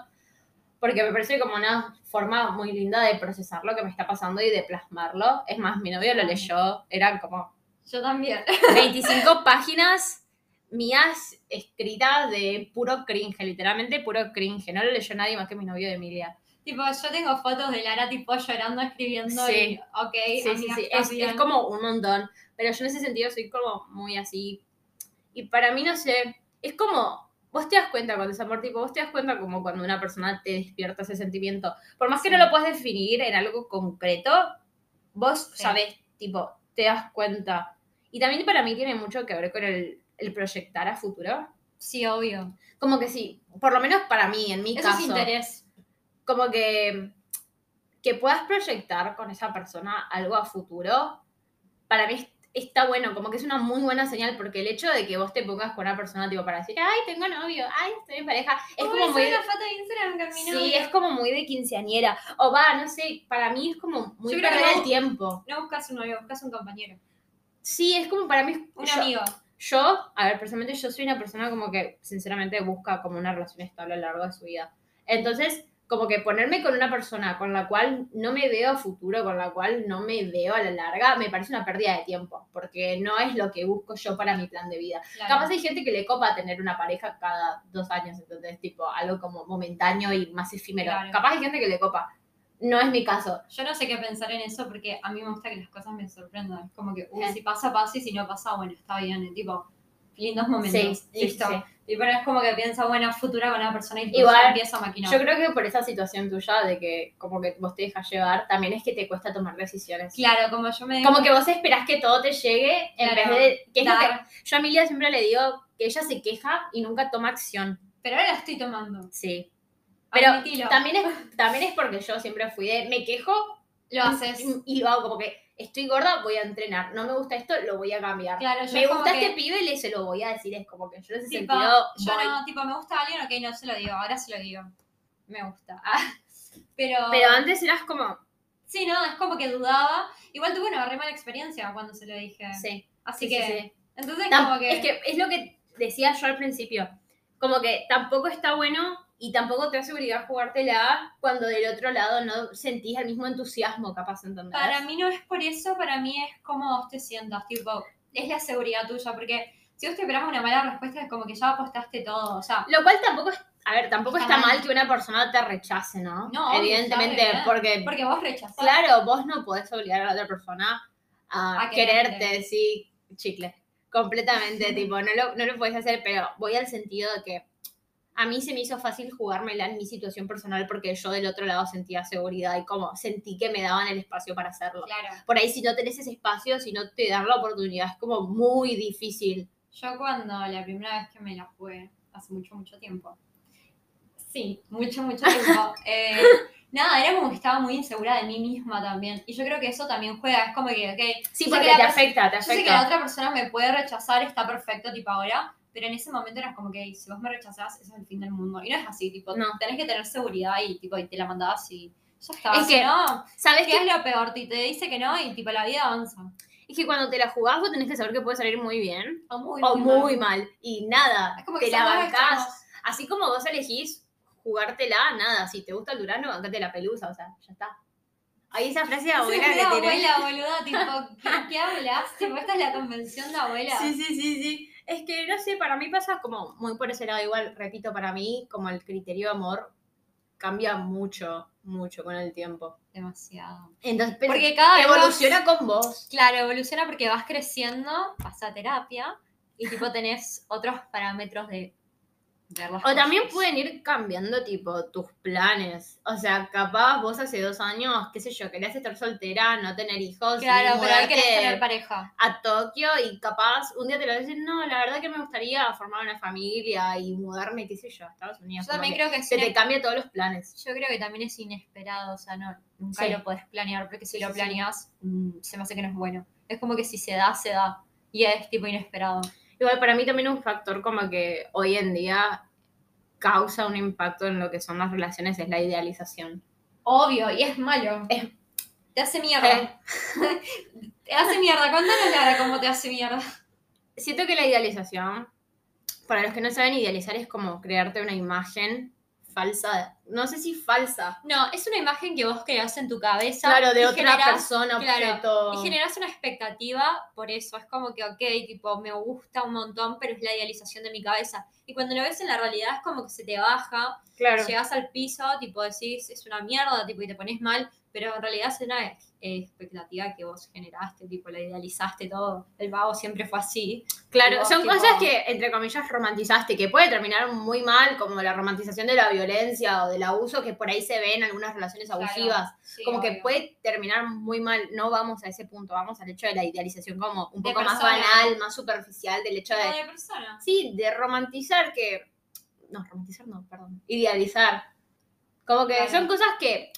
[SPEAKER 1] Porque me parece como una forma muy linda de procesar lo que me está pasando y de plasmarlo. Es más, mi novio lo
[SPEAKER 2] Claro.
[SPEAKER 1] leyó. Eran como
[SPEAKER 2] Yo también.
[SPEAKER 1] 25 <laughs> páginas mías escritas de puro cringe, literalmente puro cringe. No lo leyó nadie más que mi novio de Emilia.
[SPEAKER 2] <laughs> tipo, yo tengo fotos de Lara tipo llorando, escribiendo
[SPEAKER 1] Sí.
[SPEAKER 2] y ok,
[SPEAKER 1] Sí, sí,
[SPEAKER 2] amiga,
[SPEAKER 1] sí.
[SPEAKER 2] estás
[SPEAKER 1] Es,
[SPEAKER 2] bien.
[SPEAKER 1] es como un montón. Pero yo en ese sentido soy como muy así. Y para mí, no sé, es como. Vos te das cuenta cuando es amor, tipo, vos te das cuenta como cuando una persona te despierta ese sentimiento. Por más que no lo puedas definir en algo concreto, vos
[SPEAKER 2] Sí.
[SPEAKER 1] sabés, tipo, te das cuenta. Y también para mí tiene mucho que ver con el, el proyectar a futuro.
[SPEAKER 2] Sí, obvio.
[SPEAKER 1] Como que sí, por lo menos para mí, en mi
[SPEAKER 2] Eso es
[SPEAKER 1] caso,
[SPEAKER 2] interés.
[SPEAKER 1] como que, que puedas proyectar con esa persona algo a futuro, para mí es- está bueno, como que es una muy buena señal, porque el hecho de que vos te pongas con una persona tipo para decir, ay, tengo novio, ay, estoy en pareja, es
[SPEAKER 2] Uy,
[SPEAKER 1] como
[SPEAKER 2] subí
[SPEAKER 1] muy...
[SPEAKER 2] una foto de Instagram con mi
[SPEAKER 1] Sí,
[SPEAKER 2] novio.
[SPEAKER 1] es como muy de quinceañera. O va, no sé, para mí es como muy
[SPEAKER 2] Yo creo que
[SPEAKER 1] perder
[SPEAKER 2] no.
[SPEAKER 1] el tiempo.
[SPEAKER 2] No buscas un novio, buscas un compañero.
[SPEAKER 1] Sí, es como para mí...
[SPEAKER 2] Un
[SPEAKER 1] yo-
[SPEAKER 2] amigo.
[SPEAKER 1] Yo, a ver, personalmente yo soy una persona como que sinceramente busca como una relación estable a lo largo de su vida. Entonces, como que ponerme con una persona con la cual no me veo a futuro, con la cual no me veo a la larga, me parece una pérdida de tiempo, porque no es lo que busco yo para mi plan de vida.
[SPEAKER 2] claro.
[SPEAKER 1] Capaz hay gente que le copa tener una pareja cada dos años, entonces tipo algo como momentáneo y más efímero.
[SPEAKER 2] Claro.
[SPEAKER 1] Capaz hay gente que le copa. No es mi caso.
[SPEAKER 2] Yo no sé qué pensar en eso porque a mí me gusta que las cosas me sorprendan. Es como que, uy,
[SPEAKER 1] Eh.
[SPEAKER 2] si pasa, pasa y si no pasa, bueno, está bien. eh, Tipo, lindos momentos.
[SPEAKER 1] Sí, sí,
[SPEAKER 2] Listo.
[SPEAKER 1] sí.
[SPEAKER 2] Y pero es como que piensa, bueno, futura con una persona y tipo,
[SPEAKER 1] Igual,
[SPEAKER 2] ya empieza a maquinar.
[SPEAKER 1] Yo creo que por esa situación tuya de que como que vos te dejas llevar, también es que te cuesta tomar decisiones.
[SPEAKER 2] Claro, como yo me.
[SPEAKER 1] Como que vos esperás que todo te llegue en
[SPEAKER 2] Claro.
[SPEAKER 1] vez de. Que es lo que-
[SPEAKER 2] Dar.
[SPEAKER 1] yo a Emilia siempre le digo que ella se queja y nunca toma acción.
[SPEAKER 2] Pero ahora la estoy tomando.
[SPEAKER 1] Sí. Pero
[SPEAKER 2] Admitilo.
[SPEAKER 1] También es, también es porque yo siempre fui de me quejo
[SPEAKER 2] lo haces.
[SPEAKER 1] y lo hago como que estoy gorda, voy a entrenar. No me gusta esto, lo voy a cambiar.
[SPEAKER 2] Claro, yo
[SPEAKER 1] me
[SPEAKER 2] como
[SPEAKER 1] gusta
[SPEAKER 2] que-
[SPEAKER 1] este pibe, le se lo voy a decir. Es como que yo en ese
[SPEAKER 2] Tipo,
[SPEAKER 1] sentido.
[SPEAKER 2] Yo
[SPEAKER 1] voy.
[SPEAKER 2] no, tipo, me gusta alguien, ok, no se lo digo, ahora se lo digo. Me gusta. <laughs> Pero,
[SPEAKER 1] Pero antes eras como.
[SPEAKER 2] sí, no, es como que dudaba. Igual tuve una re mala experiencia cuando se lo dije.
[SPEAKER 1] Sí.
[SPEAKER 2] Así
[SPEAKER 1] sí, sí,
[SPEAKER 2] que,
[SPEAKER 1] sí.
[SPEAKER 2] entonces
[SPEAKER 1] Tam-
[SPEAKER 2] como que...
[SPEAKER 1] Es que es lo que decía yo al principio. Como que tampoco está bueno y tampoco te hace obligar a la cuando del otro lado no sentís el mismo entusiasmo, capaz, ¿entendés?
[SPEAKER 2] Para mí no es por eso, para mí es cómo vos te sientas, tipo, es la seguridad tuya, porque si vos te esperas una mala respuesta es como que ya apostaste todo, o sea,
[SPEAKER 1] Lo cual tampoco es. A ver, tampoco
[SPEAKER 2] Está
[SPEAKER 1] está,
[SPEAKER 2] mal.
[SPEAKER 1] mal que una persona te rechace, ¿no?
[SPEAKER 2] No, obvio,
[SPEAKER 1] Evidentemente,
[SPEAKER 2] está re bien.
[SPEAKER 1] porque,
[SPEAKER 2] porque vos rechazás.
[SPEAKER 1] claro, vos no podés obligar a la otra persona a,
[SPEAKER 2] A quererte.
[SPEAKER 1] quererte, sí, chicle.
[SPEAKER 2] <laughs>
[SPEAKER 1] Completamente, tipo, no lo, no lo podés hacer, pero voy al sentido de que a mí se me hizo fácil jugármela en mi situación personal porque yo del otro lado sentía seguridad y como sentí que me daban el espacio para hacerlo.
[SPEAKER 2] Claro.
[SPEAKER 1] Por ahí si no tenés ese espacio, si no te dan la oportunidad, es como muy difícil.
[SPEAKER 2] Yo cuando la primera vez que me la jugué, hace mucho, mucho tiempo. Sí, mucho, mucho
[SPEAKER 1] <laughs>
[SPEAKER 2] tiempo. eh, nada, era como que estaba muy insegura de mí misma también. Y yo creo que eso también juega, es como que, ok,
[SPEAKER 1] Sí,
[SPEAKER 2] Yo sé
[SPEAKER 1] porque
[SPEAKER 2] que la
[SPEAKER 1] te
[SPEAKER 2] pers-
[SPEAKER 1] afecta, te
[SPEAKER 2] yo sé que la
[SPEAKER 1] afecta.
[SPEAKER 2] otra persona me puede rechazar, está perfecto, tipo ahora. Pero en ese momento eras como que si vos me rechazás, ese es el fin del mundo. Y no es así, tipo,
[SPEAKER 1] No.
[SPEAKER 2] tenés que tener seguridad y tipo, y te la mandás y ya está.
[SPEAKER 1] Es
[SPEAKER 2] si
[SPEAKER 1] que-
[SPEAKER 2] no,
[SPEAKER 1] ¿Sabes
[SPEAKER 2] ¿qué
[SPEAKER 1] qué?
[SPEAKER 2] es lo peor? Y te dice que no y tipo la vida avanza.
[SPEAKER 1] Es que cuando te la jugás, vos tenés que saber que puede salir muy bien
[SPEAKER 2] O muy,
[SPEAKER 1] o
[SPEAKER 2] mal.
[SPEAKER 1] muy mal. Y nada,
[SPEAKER 2] Es como que
[SPEAKER 1] te la
[SPEAKER 2] son dos
[SPEAKER 1] bancás.
[SPEAKER 2] extremos.
[SPEAKER 1] Así como vos elegís jugártela, nada. Si te gusta el Durano, bancate la pelusa, o sea, ya está. Ahí esa frase de abuela
[SPEAKER 2] Sí,
[SPEAKER 1] que
[SPEAKER 2] una
[SPEAKER 1] tenés.
[SPEAKER 2] abuela,
[SPEAKER 1] <laughs>
[SPEAKER 2] boluda, tipo, ¿qué, qué hablas? Tipo, esta es la convención de abuela.
[SPEAKER 1] Sí, sí, sí, sí. Es que, no sé, para mí pasa como muy por ese lado. Igual, repito, para mí, como el criterio de amor cambia mucho, mucho con el tiempo.
[SPEAKER 2] Demasiado.
[SPEAKER 1] Entonces, pero
[SPEAKER 2] Porque cada vez vas-
[SPEAKER 1] evoluciona con vos.
[SPEAKER 2] claro, evoluciona porque vas creciendo, vas a terapia y tipo tenés otros parámetros de ver las
[SPEAKER 1] O también
[SPEAKER 2] cosas.
[SPEAKER 1] pueden ir cambiando, tipo, tus planes. O sea, capaz vos hace dos años, qué sé yo, querías estar soltera, no tener hijos, y
[SPEAKER 2] Claro, pero hay que
[SPEAKER 1] mudarte
[SPEAKER 2] tener pareja.
[SPEAKER 1] a Tokio y capaz un día te lo dicen, no, la verdad que me gustaría formar una familia y mudarme, qué sé yo, a Estados
[SPEAKER 2] Yo
[SPEAKER 1] Unidos. como
[SPEAKER 2] también
[SPEAKER 1] que
[SPEAKER 2] creo que es
[SPEAKER 1] se te
[SPEAKER 2] ine-
[SPEAKER 1] cambia todos los planes.
[SPEAKER 2] yo creo que también es inesperado, o sea, no, nunca
[SPEAKER 1] Sí.
[SPEAKER 2] lo podés planear, porque si
[SPEAKER 1] Sí,
[SPEAKER 2] lo
[SPEAKER 1] sí, sí.
[SPEAKER 2] planeas, mm, se me hace que no es bueno. Es como que si se da, se da. Y es tipo inesperado.
[SPEAKER 1] Igual para mí también un factor como que hoy en día causa un impacto en lo que son las relaciones es la idealización.
[SPEAKER 2] Obvio, y es malo.
[SPEAKER 1] Es-
[SPEAKER 2] Te hace mierda.
[SPEAKER 1] Eh.
[SPEAKER 2] <laughs> te hace mierda. Contanos, Lara, cómo te hace mierda.
[SPEAKER 1] Siento que la idealización, para los que no saben, idealizar es como crearte una imagen falsa, no sé si falsa,
[SPEAKER 2] No, es una imagen que vos creás en tu cabeza.
[SPEAKER 1] claro, de
[SPEAKER 2] y
[SPEAKER 1] otra
[SPEAKER 2] generás-
[SPEAKER 1] persona,
[SPEAKER 2] claro,
[SPEAKER 1] objeto.
[SPEAKER 2] Y generás una expectativa, por eso es como que, ok, tipo, me gusta un montón, pero es la idealización de mi cabeza. Y cuando lo ves en la realidad es como que se te baja,
[SPEAKER 1] claro.
[SPEAKER 2] llegas al piso, tipo, decís, es una mierda, tipo, y te pones mal, pero en realidad es una ex- eh, expectativa que vos generaste, tipo, la idealizaste todo. El vago siempre fue así.
[SPEAKER 1] Claro,
[SPEAKER 2] Tipo,
[SPEAKER 1] son
[SPEAKER 2] tipo-
[SPEAKER 1] cosas que, entre comillas, romantizaste, que puede terminar muy mal, como la romantización de la violencia o del abuso, que por ahí se ve en algunas relaciones
[SPEAKER 2] Claro,
[SPEAKER 1] abusivas.
[SPEAKER 2] sí,
[SPEAKER 1] como que
[SPEAKER 2] obvio.
[SPEAKER 1] puede terminar muy mal. No vamos a ese punto, vamos al hecho de la idealización como un
[SPEAKER 2] De
[SPEAKER 1] poco más
[SPEAKER 2] persona.
[SPEAKER 1] banal, más superficial, del hecho
[SPEAKER 2] Como
[SPEAKER 1] de...
[SPEAKER 2] de persona.
[SPEAKER 1] Sí, de romantizar que... No, romantizar no, perdón. Idealizar. Como que
[SPEAKER 2] Claro.
[SPEAKER 1] son cosas que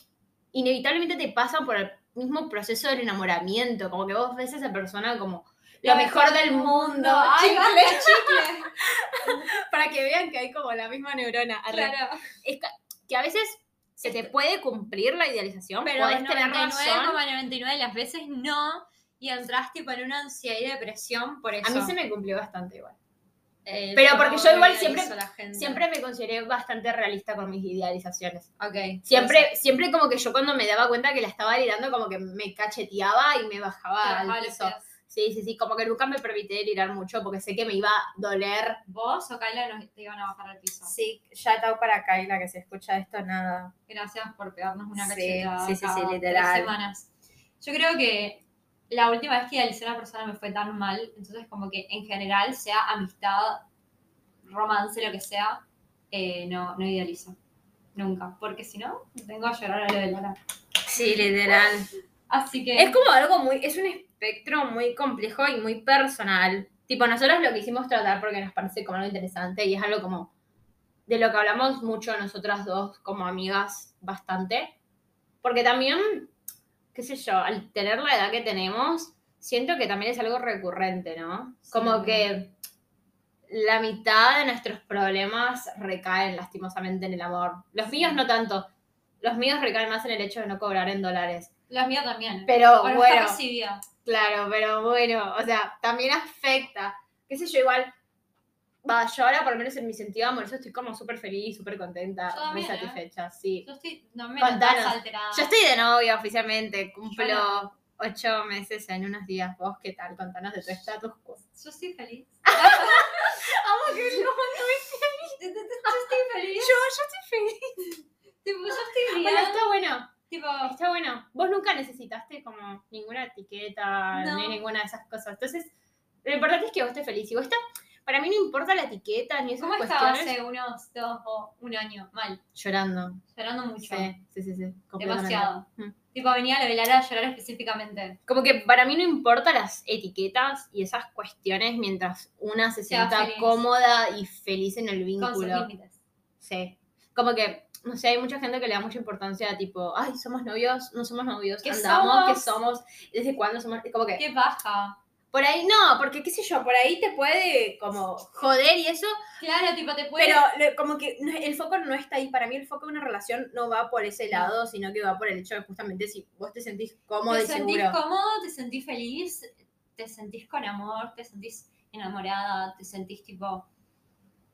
[SPEAKER 1] inevitablemente te pasan por el mismo proceso del enamoramiento. Como que vos ves a esa persona como... Lo mejor del mundo. <laughs>
[SPEAKER 2] Ay,
[SPEAKER 1] Chicle.
[SPEAKER 2] basta, chicle.
[SPEAKER 1] Para que vean que hay como la misma neurona. arre.
[SPEAKER 2] Claro.
[SPEAKER 1] Es ca- que a veces se te puede cumplir la idealización, Este pero
[SPEAKER 2] Pero
[SPEAKER 1] podés tener razón.
[SPEAKER 2] 99,99 de las veces no. Y entras tipo en una ansiedad y depresión por eso.
[SPEAKER 1] A mí se me cumplió bastante igual.
[SPEAKER 2] Eh,
[SPEAKER 1] Pero porque yo igual
[SPEAKER 2] idealizo
[SPEAKER 1] siempre-
[SPEAKER 2] a la gente.
[SPEAKER 1] Siempre me consideré bastante realista con mis idealizaciones.
[SPEAKER 2] Ok.
[SPEAKER 1] Siempre, siempre como que yo cuando me daba cuenta que la estaba delirando, como que me cacheteaba y me bajaba
[SPEAKER 2] Entonces,
[SPEAKER 1] al
[SPEAKER 2] trabajaba los
[SPEAKER 1] piso.
[SPEAKER 2] días.
[SPEAKER 1] Sí, sí, sí, como que nunca me permití delirar mucho porque sé que me iba a doler.
[SPEAKER 2] Vos o Kaila nos te iban a bajar al piso.
[SPEAKER 1] Sí, ya out para Kaila que se escucha esto, nada.
[SPEAKER 2] Gracias por pegarnos una
[SPEAKER 1] Sí,
[SPEAKER 2] cachetada
[SPEAKER 1] sí, sí, sí,
[SPEAKER 2] cada tres
[SPEAKER 1] literal.
[SPEAKER 2] semanas. Yo creo que la última vez que idealicé a una persona me fue tan mal, entonces como que en general, sea amistad, romance, lo que sea, eh, no, no idealizo. Nunca. Porque si no, vengo a llorar a lo de Lara.
[SPEAKER 1] Sí, literal.
[SPEAKER 2] Así que...
[SPEAKER 1] Es como algo muy, es un espectro muy complejo y muy personal. Tipo, nosotros lo quisimos tratar porque nos parece como algo interesante y es algo como de lo que hablamos mucho nosotras dos como amigas bastante. Porque también, qué sé yo, al tener la edad que tenemos, siento que también es algo recurrente, ¿no? Como
[SPEAKER 2] Sí.
[SPEAKER 1] que la mitad de nuestros problemas recaen lastimosamente en el amor. Los míos no tanto. Los míos recaen más en el hecho de no cobrar en dólares.
[SPEAKER 2] La mía también.
[SPEAKER 1] Pero
[SPEAKER 2] Bueno,
[SPEAKER 1] bueno,
[SPEAKER 2] está recibida.
[SPEAKER 1] Claro, pero bueno, o sea, también afecta. Qué sé yo, igual. Va, yo ahora, por lo menos en mi sentido amoroso, estoy como súper feliz, súper contenta,
[SPEAKER 2] Yo
[SPEAKER 1] muy
[SPEAKER 2] también, ¿eh?
[SPEAKER 1] satisfecha, sí.
[SPEAKER 2] Yo estoy, no me
[SPEAKER 1] Contanos.
[SPEAKER 2] notas alterada.
[SPEAKER 1] Yo estoy de novia oficialmente, cumplo
[SPEAKER 2] Yo no.
[SPEAKER 1] ocho meses en unos días. ¿Vos qué tal? Contanos de tu estatus
[SPEAKER 2] <laughs>
[SPEAKER 1] quo.
[SPEAKER 2] Yo estoy feliz.
[SPEAKER 1] Vamos, que yo,
[SPEAKER 2] Yo estoy feliz.
[SPEAKER 1] yo estoy feliz.
[SPEAKER 2] Tipo, yo estoy
[SPEAKER 1] Bueno,
[SPEAKER 2] bien.
[SPEAKER 1] está bueno,
[SPEAKER 2] Tipo,
[SPEAKER 1] está bueno. Vos nunca necesitaste como ninguna etiqueta,
[SPEAKER 2] No.
[SPEAKER 1] ni ninguna de esas cosas. Entonces, lo importante es que vos estés feliz. Y vos estás, para mí no importa la etiqueta ni esas
[SPEAKER 2] ¿cómo estaba
[SPEAKER 1] cuestiones.
[SPEAKER 2] hace unos dos o un año? Mal.
[SPEAKER 1] Llorando.
[SPEAKER 2] Llorando mucho.
[SPEAKER 1] Sí, sí, sí, sí, completamente.
[SPEAKER 2] Demasiado.
[SPEAKER 1] Mm.
[SPEAKER 2] Tipo, venía a la velada a llorar específicamente.
[SPEAKER 1] Como que para mí no importa las etiquetas y esas cuestiones mientras una se
[SPEAKER 2] Sea
[SPEAKER 1] sienta
[SPEAKER 2] feliz.
[SPEAKER 1] cómoda y feliz en el
[SPEAKER 2] Con sus
[SPEAKER 1] vínculo.
[SPEAKER 2] límites.
[SPEAKER 1] Sí. Como que, no sé, hay mucha gente que le da mucha importancia a tipo, ay, somos novios, no somos novios,
[SPEAKER 2] ¿Qué
[SPEAKER 1] andamos, que
[SPEAKER 2] somos?
[SPEAKER 1] somos, desde cuándo somos, como que,
[SPEAKER 2] Qué baja.
[SPEAKER 1] por ahí no, porque qué sé yo, por ahí te puede como joder y eso,
[SPEAKER 2] Claro, tipo, te puede.
[SPEAKER 1] pero lo- como que no- el foco no está ahí, para mí el foco de una relación no va por ese lado, sino que va por el hecho de justamente si vos te sentís cómodo
[SPEAKER 2] te
[SPEAKER 1] y
[SPEAKER 2] sentís
[SPEAKER 1] seguro.
[SPEAKER 2] cómodo, te sentís feliz, te sentís con amor, te sentís enamorada, te sentís tipo.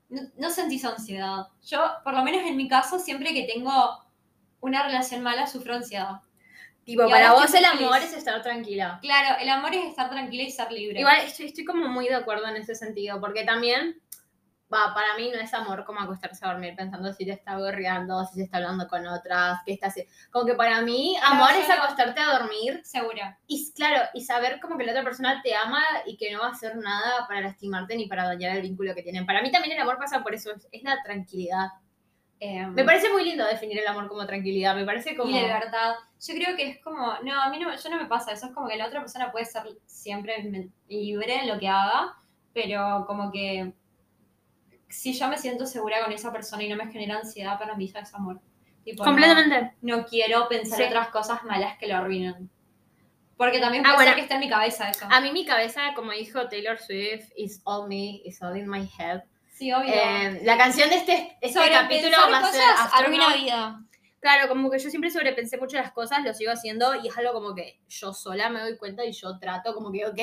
[SPEAKER 2] No, no sentís ansiedad. Yo, por lo menos en mi caso, siempre que tengo una relación mala, sufro ansiedad.
[SPEAKER 1] Tipo,
[SPEAKER 2] Y
[SPEAKER 1] para
[SPEAKER 2] ahora
[SPEAKER 1] vos
[SPEAKER 2] estoy
[SPEAKER 1] el
[SPEAKER 2] muy
[SPEAKER 1] amor
[SPEAKER 2] feliz.
[SPEAKER 1] es estar tranquila.
[SPEAKER 2] Claro, el amor es estar tranquila y ser libre.
[SPEAKER 1] Igual estoy, estoy como muy de acuerdo en ese sentido, porque también va, para mí no es amor como acostarse a dormir pensando si te está gorreando, si se está hablando con otras, que está haciendo. Como que para mí,
[SPEAKER 2] Claro,
[SPEAKER 1] amor
[SPEAKER 2] yo
[SPEAKER 1] es
[SPEAKER 2] no.
[SPEAKER 1] acostarte a dormir
[SPEAKER 2] Segura.
[SPEAKER 1] y, claro, y saber como que la otra persona te ama y que no va a hacer nada para lastimarte ni para dañar el vínculo que tienen. Para mí también el amor pasa por eso, es, es la tranquilidad.
[SPEAKER 2] Em,
[SPEAKER 1] Me parece muy lindo definir el amor como tranquilidad, me parece como...
[SPEAKER 2] Y de verdad, yo creo que es como, no, a mí no, yo no me pasa eso, es como que la otra persona puede ser siempre me- libre en lo que haga, pero como que si yo me siento segura con esa persona y no me genera ansiedad, para mí ya es amor. Tipo, no-
[SPEAKER 1] Completamente.
[SPEAKER 2] No, quiero pensar
[SPEAKER 1] Sí.
[SPEAKER 2] otras cosas malas que lo arruinan. Porque también
[SPEAKER 1] Ah,
[SPEAKER 2] puede
[SPEAKER 1] bueno. Ah,
[SPEAKER 2] ser que esté en mi cabeza eso.
[SPEAKER 1] A mí mi cabeza, como dijo Taylor Swift, is all me, is all in my head.
[SPEAKER 2] sí, obvio.
[SPEAKER 1] Eh, la canción de este, este capítulo
[SPEAKER 2] Sobrepensar
[SPEAKER 1] va a ser
[SPEAKER 2] cosas
[SPEAKER 1] Astronaut.
[SPEAKER 2] arruina vida.
[SPEAKER 1] Claro, como que yo siempre sobrepensé mucho las cosas, lo sigo haciendo y es algo como que yo sola me doy cuenta y yo trato como que, ok,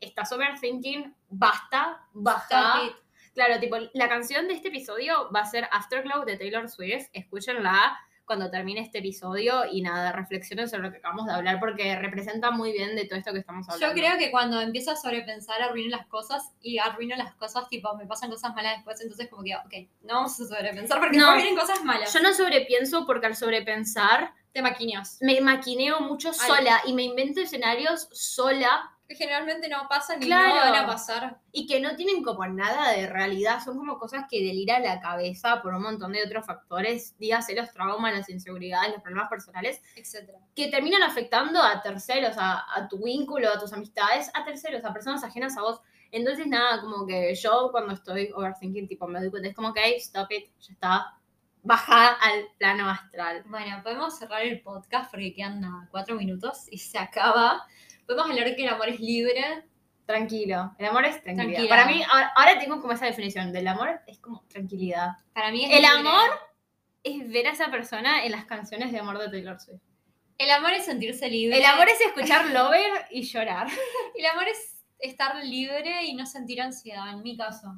[SPEAKER 1] estás overthinking, basta, basta.
[SPEAKER 2] Stop it.
[SPEAKER 1] Claro, tipo, la canción de este episodio va a ser Afterglow de Taylor Swift. Escúchenla cuando termine este episodio y nada, reflexionen sobre lo que acabamos de hablar porque representa muy bien de todo esto que estamos hablando.
[SPEAKER 2] Yo creo que cuando empiezo a sobrepensar, arruino las cosas y arruino las cosas, tipo, me pasan cosas malas después, entonces como que, ok, no vamos a sobrepensar porque
[SPEAKER 1] No.
[SPEAKER 2] no vienen cosas malas.
[SPEAKER 1] Yo no sobrepienso porque al sobrepensar
[SPEAKER 2] te maquineas.
[SPEAKER 1] me maquineo mucho sola y me invento escenarios sola
[SPEAKER 2] Generalmente no pasan ni
[SPEAKER 1] Claro.
[SPEAKER 2] no van a pasar.
[SPEAKER 1] y que no tienen como nada de realidad, son como cosas que delira la cabeza por un montón de otros factores, dígase los traumas, las inseguridades, los problemas personales,
[SPEAKER 2] etcétera.
[SPEAKER 1] que terminan afectando a terceros, a, a tu vínculo, a tus amistades, a terceros, a personas ajenas a vos. Entonces, nada, como que yo cuando estoy overthinking, tipo, me doy cuenta, es como, ok, stop it, ya está, bajada al plano astral.
[SPEAKER 2] Bueno, podemos cerrar el podcast porque quedan nada, cuatro minutos y se acaba. Podemos hablar que el amor es libre.
[SPEAKER 1] Tranquilo, el amor es tranquilidad.
[SPEAKER 2] Tranquila.
[SPEAKER 1] Para mí, ahora, ahora tengo como esa definición del amor, es como tranquilidad.
[SPEAKER 2] Para mí es
[SPEAKER 1] El
[SPEAKER 2] libre.
[SPEAKER 1] amor es ver a esa persona en las canciones de amor de Taylor Swift.
[SPEAKER 2] El amor es sentirse libre.
[SPEAKER 1] El amor es <laughs> escuchar Lover y llorar.
[SPEAKER 2] El amor es estar libre y no sentir ansiedad, en mi caso.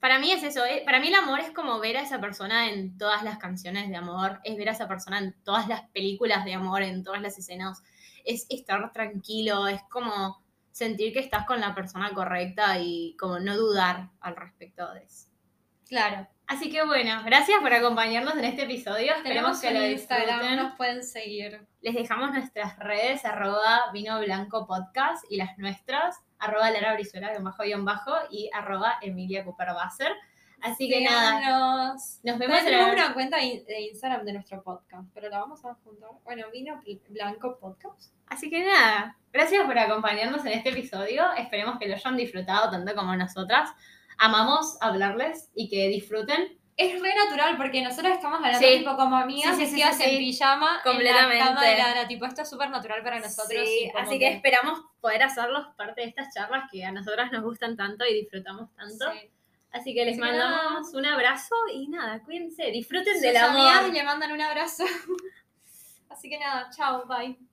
[SPEAKER 1] Para mí es eso, eh, para mí el amor es como ver a esa persona en todas las canciones de amor, es ver a esa persona en todas las películas de amor, en todas las escenas, es estar tranquilo, es como sentir que estás con la persona correcta y como no dudar al respecto de eso.
[SPEAKER 2] Claro.
[SPEAKER 1] Así que bueno, gracias por acompañarnos en este episodio. Esperemos
[SPEAKER 2] Tenemos
[SPEAKER 1] que lo
[SPEAKER 2] en Instagram,
[SPEAKER 1] disfruten.
[SPEAKER 2] nos pueden seguir.
[SPEAKER 1] Les dejamos nuestras redes, arroba vino blanco podcast y las nuestras, arroba Lara Brizuela, guión bajo, guión bajo, y arroba Emilia Cooper Basser. Así que nada,
[SPEAKER 2] Síganos.
[SPEAKER 1] nos vemos
[SPEAKER 2] También
[SPEAKER 1] en
[SPEAKER 2] tenemos
[SPEAKER 1] la...
[SPEAKER 2] una cuenta de in- de Instagram de nuestro podcast, pero la vamos a juntar. Bueno, vino Pl- blanco podcast.
[SPEAKER 1] Así que nada, gracias por acompañarnos en este episodio. Esperemos que lo hayan disfrutado tanto como nosotras. Amamos hablarles y que disfruten.
[SPEAKER 2] Es re natural porque nosotros estamos hablando
[SPEAKER 1] Sí.
[SPEAKER 2] tipo como amigas
[SPEAKER 1] Sí, sí, sí,
[SPEAKER 2] vestidas
[SPEAKER 1] sí,
[SPEAKER 2] en
[SPEAKER 1] sí.
[SPEAKER 2] pijama en
[SPEAKER 1] Completamente.
[SPEAKER 2] la cama de Lara, tipo esto es súper natural para nosotros.
[SPEAKER 1] Sí,
[SPEAKER 2] y como
[SPEAKER 1] así que... esperamos poder hacerlos parte de estas charlas que a nosotras nos gustan tanto y disfrutamos tanto.
[SPEAKER 2] sí.
[SPEAKER 1] Así que les
[SPEAKER 2] Así que nada.
[SPEAKER 1] mandamos un abrazo y nada, cuídense, disfruten
[SPEAKER 2] Sus
[SPEAKER 1] del amor.
[SPEAKER 2] <laughs> amigas le mandan un abrazo. así que nada, chao, bye.